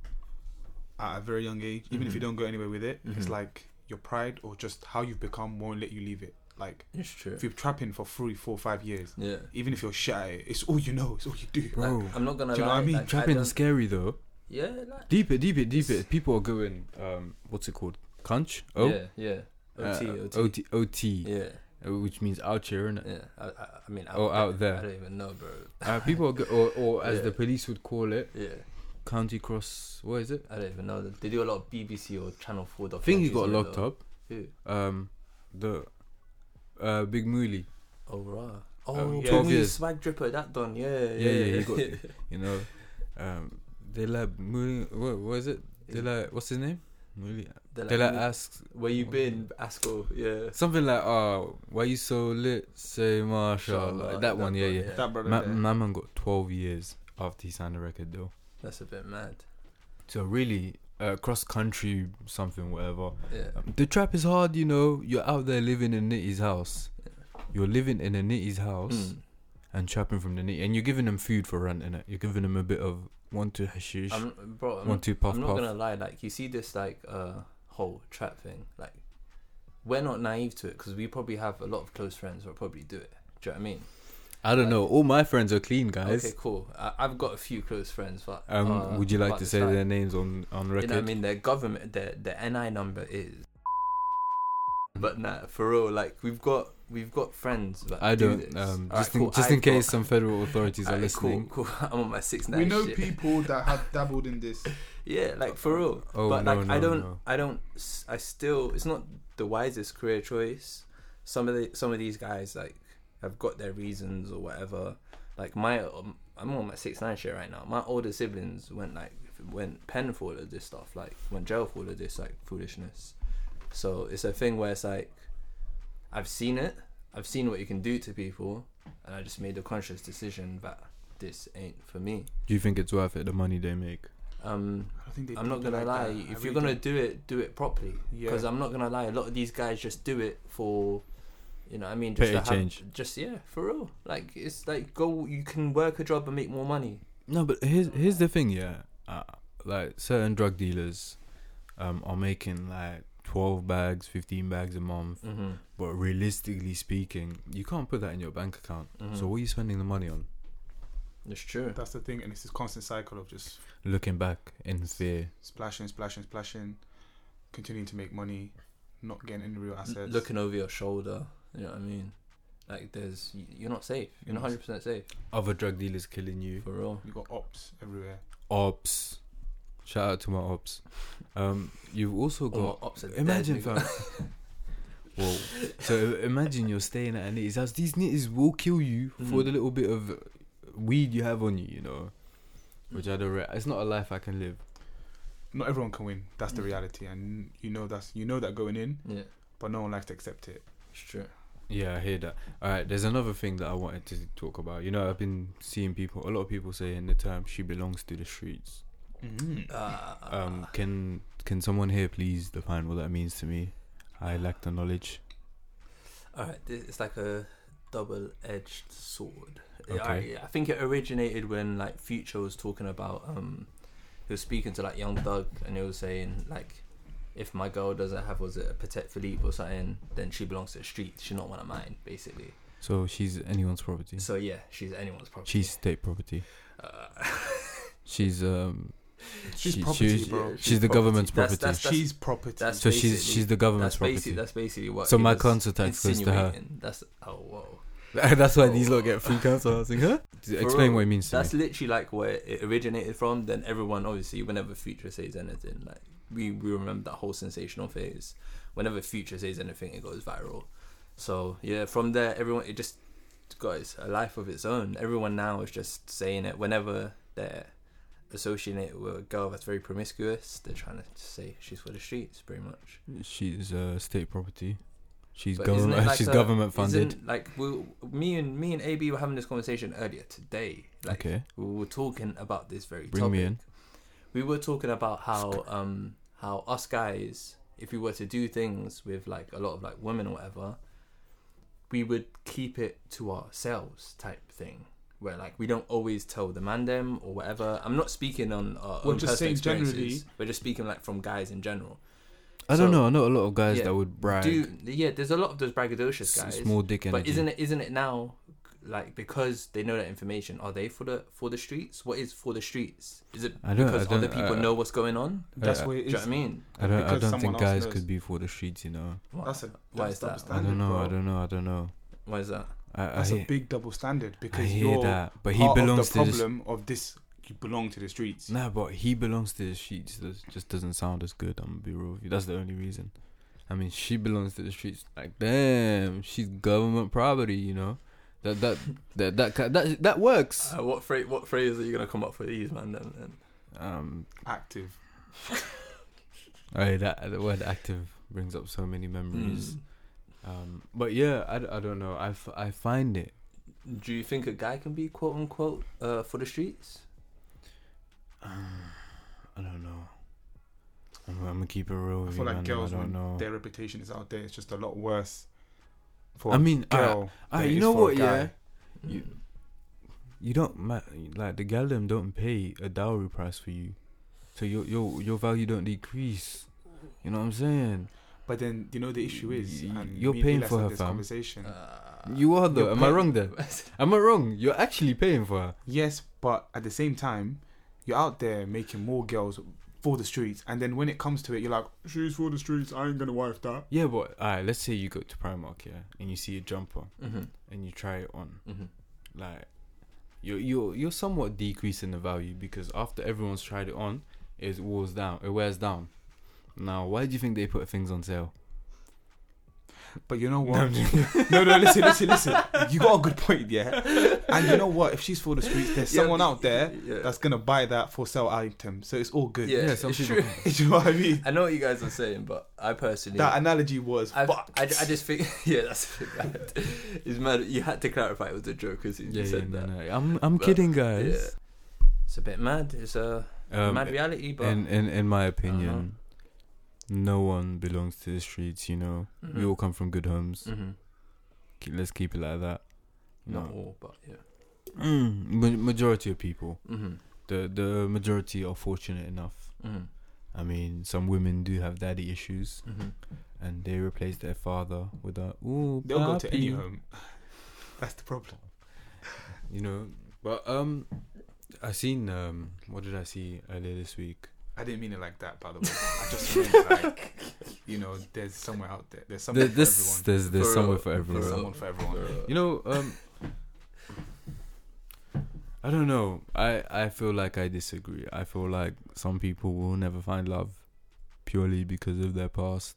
at a very young age, even if you Mm-hmm. don't go anywhere with it, it's Mhm. like your pride or just how you've become won't let you leave it. Like It's true. if you're trapping for three, four, five years, Yeah, even if you're shy, it's all you know, it's all you do. Bro, like, I'm not gonna do you know lie. what I mean? like, I Trapping don't- is scary though. Yeah, like, Deep it, deep it, deep it. People are going. Um. What's it called? Cunch. Oh. yeah, yeah. OT, uh, OT. OT, OT, Yeah, uh, which means out here, innit? yeah. I, I, I mean, I, Oh, I- out there. I don't even know, bro. Uh, people, are go- or, or as Yeah. the police would call it, Yeah, county cross. What is it? I don't even know. They do a lot of BBC or Channel Four. I think he got locked up. Who? Um, the uh Big Mooly, Oh, right. Um, Oh, yeah. yeah. 12 years. swag dripper, that done. Yeah, yeah, Yeah, yeah, he got. you know, um, they like Mooly. What was it? They like what's his name? Mooly. They're They like "Ooh, asks Where you been, Asco? Yeah. something like, "Oh, why you so lit?" Say Marshall. Mashallah, Like that one. Yeah, yeah. That brother Ma- there. my man got twelve years after he signed the record though. That's a bit mad. So really, uh, cross country something whatever. Yeah. Um, The trap is hard, you know. You're out there living in Nitty's house. You're living in a Nitty's house, Mm. and trapping from the knee, and you're giving them food for rent, innit? You're giving them a bit of one two hashish, I'm, bro, I'm, one two puff I'm not puff. gonna lie. Like you see this like uh whole trap thing. Like we're not naive to it because we probably have a lot of close friends who probably do it. Do you know what I mean? I don't know. All my friends are clean guys. Okay, cool. I, I've got a few close friends, but Um, uh, would you like but to it's say like- their names on on You record? know what I mean? Their government, their their NI number is. Mm-hmm. But nah, for real, like we've got we've got friends that I do don't. this. um, Alright, just in, cool, just I've in case got- some federal authorities are Alright, cool, listening. Cool, I'm on my six nine. we know shit. people that have dabbled in this. Yeah, like for real. Oh, but no, like no, I don't, no. I don't, s- I still. It's not the wisest career choice. Some of the some of these guys like have got their reasons or whatever. Like my, um, I'm on my six nine shit right now. My older siblings went like went pen for all of this stuff, like went jail for all of this like foolishness. So it's a thing where it's like, I've seen it. I've seen what you can do to people, and I just made a conscious decision that this ain't for me. Do you think it's worth it? The money they make. Um, I don't think they I'm not do gonna like lie. that. I If really you're gonna don't. do it, do it properly. Yeah. Because I'm not gonna lie. A lot of these guys just do it for, you know, what I mean, Petty just to have- change. Just yeah, for real. Like it's like go. You can work a job and make more money. No, but here's here's the thing, yeah. Uh, like certain drug dealers, um, are making like twelve bags, fifteen bags a month. Mm-hmm. But realistically speaking, you can't put that in your bank account. Mm-hmm. So what are you spending the money on? It's true. That's the thing, and it's this constant cycle of just Looking back in fear. splashing, splashing, splashing, continuing to make money, not getting any real assets. Looking over your shoulder. You know what I mean? Like there's, y- you're not safe. You're not Yes. 100 percent safe Other drug dealers killing you. for real. you got ops everywhere. Ops. Shout out to my ops. Um, you've also got Or ops are dead, Imagine, nigga. fam. Whoa. So imagine you're staying at a nitty's house. These nitties will kill you for Mhm. the little bit of weed you have on you, you know. Which I don't. Re- it's not a life I can live. Not everyone can win. That's Mm. the reality, and you know that's you know that going in, Yeah, but no one likes to accept it. it's true. Yeah, I hear that. All right, there's another thing that I wanted to talk about. You know, I've been seeing people. A lot of people saying the term "she belongs to the streets." Uh, Um, can can someone here please define what that means to me? I lack the knowledge. All right, th- it's like a double-edged sword. Okay. I, I think it originated when like Future was talking about um, he was speaking to like Young Thug and he was saying like, if my girl doesn't have was it a Patek Philippe or something, then she belongs to the streets. She's not one of mine, basically. So she's anyone's property. So yeah, she's anyone's property. Mm. She's state property. uh, She's um. She's she- property, she's- bro. yeah, she's the government's That's- property. that's- that's- she's property. that's So she's basically- she's the that's government's basically property. that's basically what. So he my was council tax goes to her. insinuating. That's oh whoa. that's why these lot get free council housing, huh? Explain real, what it means to That's me. literally like where it originated from. Then everyone, obviously, whenever Future says anything, like we, we remember that whole sensational phase. Whenever Future says anything, it goes viral. So yeah, from there, everyone it just got its, a life of its own. Everyone now is just saying it whenever they're associated with a girl that's very promiscuous. They're trying to say she's for the streets, pretty much. She's uh, state property. She's But isn't it government. uh, like she's a- government funded. isn't, Like we, me and me and AB were having this conversation earlier today. Like, okay. we were talking about this very Bring topic. me in. We were talking about how um how us guys, if we were to do things with like a lot of like women or whatever, we would keep it to ourselves type thing. Where like we don't always tell the man them or whatever. I'm not speaking on our We're own just personal saying generally- experiences. We're just speaking like from guys in general. I don't So- know. I know a lot of guys yeah, that would brag. Do yeah, there's a lot of those braggadocious s- guys. small dick energy. But isn't it isn't it now like because they know that information? Are they for the for the streets? What is for the streets? Is it I don't- uh, I because other don't- people I- know what's going on? That's Uh, what Do it you is. know what I mean? I don't. I because don't think someone else guys could knows. be for the streets. You know. Why, That's a why that's is that? double I don't Standard, know. I bro. don't know. I don't know. Why is that? I, I That's a hear, big double standard I because hear you're that, but he part belongs of to the the. s- problem of this. You belong to the streets. Nah, but he belongs to the streets. That just doesn't sound as good. I'm gonna be real with you. That's the only reason. I mean, she belongs to the streets. Like, damn, she's government property. You know, that that that that that that, that works. Uh, what phrase? What phrase are you gonna come up with these man? Then, then? Um, Active. alright, that the word active brings up so many Mm. memories. Um, but yeah, I, d- I don't know. I, f- I find it. Mm. Do you think a guy can be quote unquote uh, for the streets? I don't know. I'm, I'm gonna keep it real I with you, feel like man. girls, I don't when know. their reputation is out there, it's just a lot worse. For I mean, a girl, I, I, than it you is know for a what? guy. Yeah, You- Mm. you don't ma- like the girl them don't pay a dowry price for you, so your your your value don't decrease. You know what I'm saying? But then you know the issue is, Y- and you're me and paying Ilyas for had her, this fam. conversation. Uh, Uh, You are though. You're Am I paying- wrong there? Am I wrong? You're actually paying for her. Yes, but at the same time, you're out there making more girls for the streets, and then when it comes to it, you're like, she's for the streets. I ain't gonna wife that. Yeah, but alright, let's say you go to Primark, yeah, and you see a jumper hmm and you try it on. hmm Like you're you're you're somewhat decreasing the value because after everyone's tried it on, it wears down it wears down. Now why do you think they put things on sale? But you know what? no, no, listen, listen, listen. You got a good point, yeah. And you know what? If she's for the streets, there's Yeah, someone out there yeah. that's gonna buy that for sale item, so it's all good. Yeah, Yeah, some it's people- true. Do you know what I mean? I know what you guys are saying, but I personally, That analogy was I've- fuck. I, I just think, yeah, that's it's mad. You had to clarify it was a joke because you Yeah, yeah, said no, that. no. I'm I'm But, kidding Yeah, guys. it's a bit mad. It's a Um, mad reality, but in, in in my opinion, no one belongs to the streets, you know. We all come from good homes. Mhm. Ke- Let's keep it like that. not No. all, but yeah. Mm, ma- majority of people. Mm-hmm. The the majority are fortunate enough. Mm-hmm. I mean, some women do have daddy issues, Mm-hmm. and they replace their father with a ooh. They'll go to any papi," home. That's the problem. You know, but um, I seen um, what did I see earlier this week? I didn't mean it like that, by the way. I just meant like, you know, there's somewhere out there. There's someone There, for this everyone. there's there's For somewhere real, for for everyone. There's real. someone for everyone. You know, um, I don't know. I I feel like I disagree. I feel like some people will never find love purely because of their past,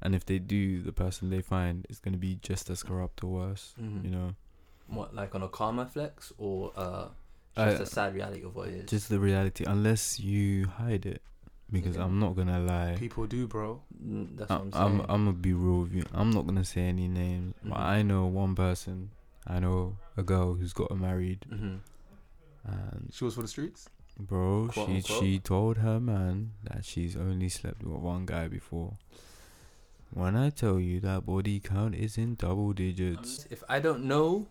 and if they do, the person they find is gonna be just as corrupt or worse. Mhm. You know, What, like on a karma flex or uh, Uh, just a sad reality of what it is? just the reality. Unless you hide it, because Yeah. I'm not gonna lie. People do, bro. Mm, that's what Uh, I'm I'm saying. I'm I'm gonna be real with you. I'm not gonna say any names, but Mhm. I know one person. I know a girl who's got married, hmm and She was for the streets. Bro, Quote, she unquote. she told her man that she's only slept with one guy before. When I tell you that body count is in double digits, If I don't know,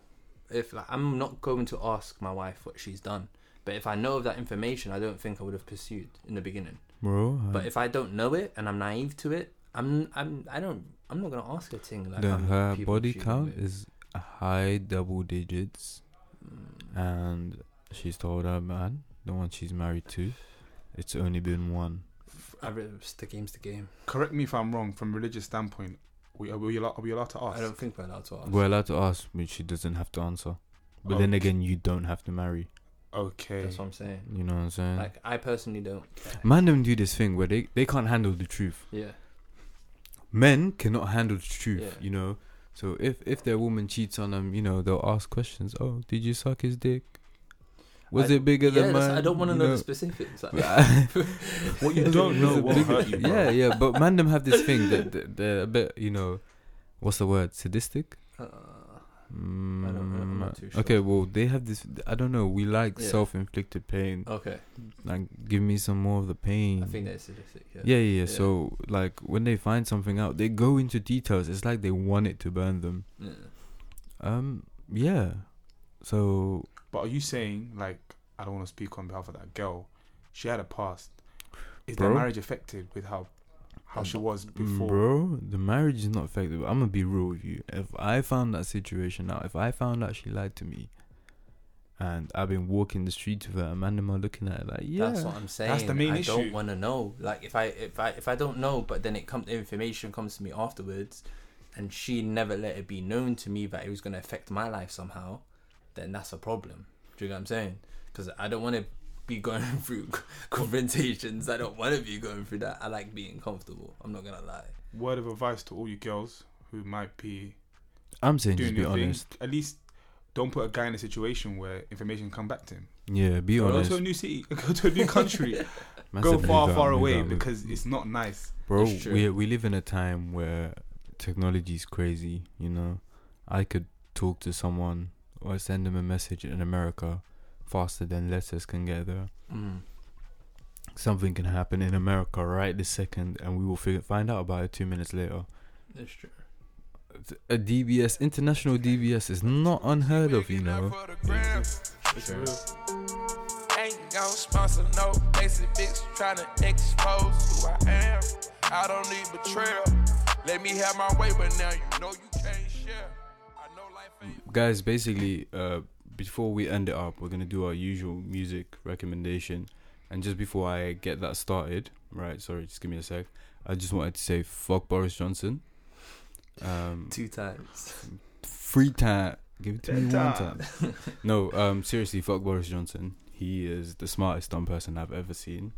if like, I'm not going to ask my wife what she's done, but if I know of that information, I don't think I would have pursued in the beginning. bro. I- But if I don't know it and I'm naive to it, I'm I'm I don't I'm not gonna ask a thing like the, how many her people body she count been with. is a high double digits, Mm. and she's told her man, the one she's married to, it's only been one. I re- it's the game's the game. Correct me if I'm wrong. From a religious standpoint, we are we allowed, are we allowed to ask? I don't think we're allowed to ask. We're allowed to ask, but she doesn't have to answer. But then Oh. Okay. again, you don't have to marry. okay. That's what I'm saying. You know what I'm saying? Like I personally don't. Man, them do this thing where they, they can't handle the truth. Yeah. men cannot handle the truth, Yeah. you know. So if if their woman cheats on them, you know, they'll ask questions. Oh, did you suck his dick? Was I- it bigger yeah, than that's- mine? I don't want to You know, the specifics. Like, What you don't Was know it will bigger- hurt you. Bro. Yeah, yeah, but man, them have this thing that that they're a bit, you know, what's the word? Sadistic. uh, Mm, I don't know, I'm not too sure. Okay, well, they have this. I don't know. We like Yeah. self-inflicted pain. okay, Like, give me some more of the pain. I think that's sadistic. Yeah. Mm. yeah, yeah, yeah. Yeah. So, like, when they find something out, they go into details. It's like they want it to burn them. yeah. Um. Yeah. So But are you saying like I don't want to speak on behalf of that girl? She had a past. Is Bro. their marriage affected with how how she was Mm, before? Bro, the marriage is not effective. I'm gonna be real with you. If I found that situation out, if I found out she lied to me, and I've been walking the streets with her, Amanda, am looking at her like, yeah, That's what I'm saying. That's the main I don't issue. want to know. Like if I if I if I don't know, but then it comes the information comes to me afterwards, and she never let it be known to me that it was going to affect my life somehow, then that's a problem. Do you know what I'm saying? Because I don't want to be going through confrontations. I don't want to be going through that. I like being comfortable. I'm not gonna lie. Word of advice to all you girls who might be I'm saying doing just be your thing. honest. At least don't put a guy in a situation where information come back to him. Yeah, be Go honest. to a new city. Go to a new country. Man go said move far, out, far move away out, move- because it's not nice. bro, It's true. we we live in a time where technology is crazy. You know, I could talk to someone or send them a message in America faster than letters can get there. Mm. something can happen in America right this second, and we will figure, find out about it two minutes later. That's true. A DBS, international DBS, is not unheard of, you know. It's Sure. real. Ain't gon' sponsor no basic bitch tryna expose who I am. I don't need betrayal. Let me have my way, but now you know you can't share. I know life ain't guys basically uh before we end it up we're gonna do our usual music recommendation and just before i get that started right sorry just give me a sec i just wanted to say fuck boris johnson um Two times. free time give it to Ten me one times. time no um seriously fuck boris johnson he is the smartest dumb person i've ever seen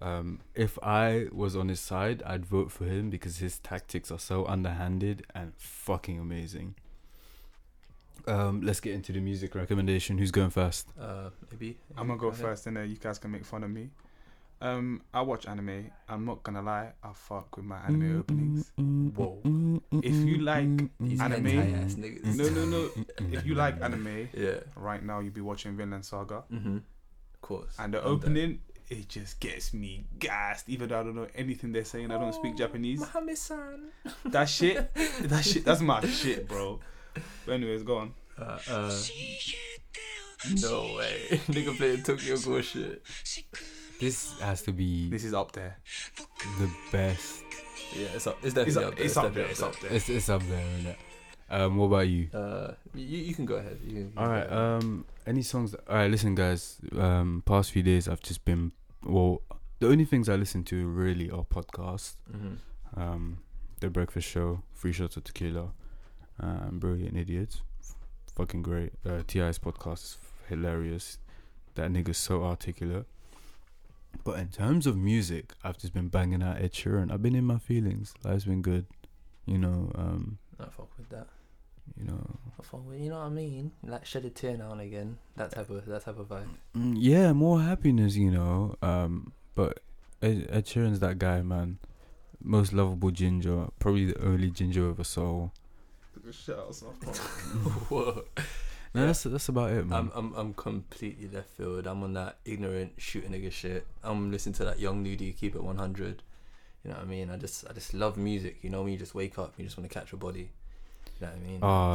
um, if I was on his side, I'd vote for him because his tactics are so underhanded and fucking amazing. Um, let's get into the music recommendation. Who's going first? Uh, maybe. I'm gonna go ahead. first, and then you guys can make fun of me. Um, I watch anime. I'm not gonna lie. I fuck with my Mm-hmm. anime openings. Whoa. If you like These Anime? hentai ass niggas. No, no, no. If you like anime, Yeah. right now you'll be watching Vinland Saga, Mm-hmm. Of course. and the I'm opening it just gets me gassed. Even though I don't know anything they're saying, I don't Oh, speak Japanese. Mohammed-san. That shit, that shit, that's my shit, bro. But anyways, go on. Uh, uh, no way. Nigga playing Tokyo Ghoul shit. This has to be This is up there. the best. Yeah, it's up. It's It's definitely up, it's up there. It's definitely up there. It's, it's up there, isn't it? Um, what about you? Uh, you, you can go ahead. You can, you can All right. go uh, ahead. Um, any songs? That, all right. Listen, guys. Um, past few days I've just been well. The only things I listen to really are podcasts. Mhm. um, The Breakfast Show, Free Shots of Tequila, um, Brilliant Idiots. F- Fucking great. Uh, T.I.'s podcast is hilarious. That nigga's so articulate. But in terms of music, I've just been banging out Ed Sheeran. I've been in my feelings. Life's been good. You know, um, I fuck with that. you know. I fuck with, you know what I mean? Like shed a tear now and again. That type of that type of vibe. Mm, yeah, more happiness, you know. Um, but Ed, Ed Sheeran's that guy, man. Most lovable ginger, probably the only ginger with a soul. Shut up, soft porn. Whoa. No, that's that's about it, man. I'm, I'm I'm completely left field. I'm on that ignorant shooting nigga shit. I'm listening to that young nudie keep it 100. You know what I mean? I just I just love music. You know when you just wake up, you just want to catch your body. You know what I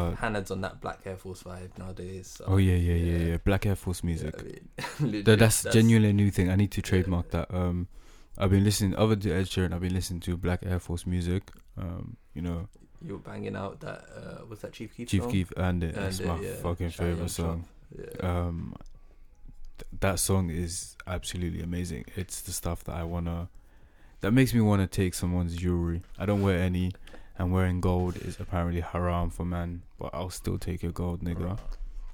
mean? Uh, Hannah's on that Black Air Force vibe nowadays. so- Oh yeah, yeah, yeah, yeah. yeah. Black Air Force You know music. what I mean? Th- Literally, that's, genuinely a new thing. I need to trademark that. Um, I've been listening other than Ed Sheeran. I've been listening to Black Air Force music. Um, you know, You're banging out that uh, what's that Chief Keef? Chief song? Keef earned it. Earned That's It, my yeah. fucking Shout out Young favorite song. Chop. Yeah. Um, th- that song is absolutely amazing. It's the stuff that I wanna. That makes me wanna take someone's jewelry. I don't wear any, and wearing gold is apparently haram for man. But I'll still take your gold, nigga.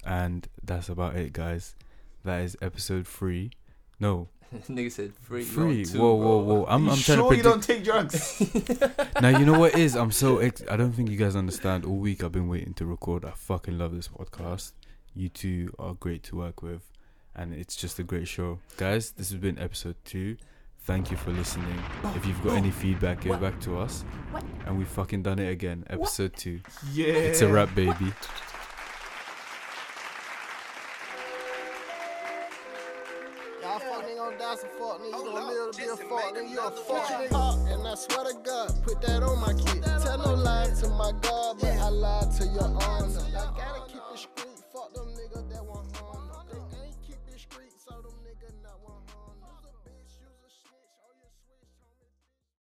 And that's about it, guys. That is episode three. No, Nigga said free. you're on free. two, whoa, whoa, bro. whoa! I'm, You I'm trying sure to predict. you don't take drugs? Now you know what it is. I'm so. Ex- I don't think you guys understand. All week I've been waiting to record. I fucking love this podcast. You two are great to work with, and it's just a great show, guys. This has been episode two. Thank you for listening. If you've got any feedback, get back to us. And we fucking done it again. Episode two. yeah. It's a wrap, baby. Y'all fuck nigga gonna die some fuck nigga. You gonna live to be a fuck nigga. You a fuck nigga. And I swear to God, put that on my kid. Tell no lies to my God, but I lied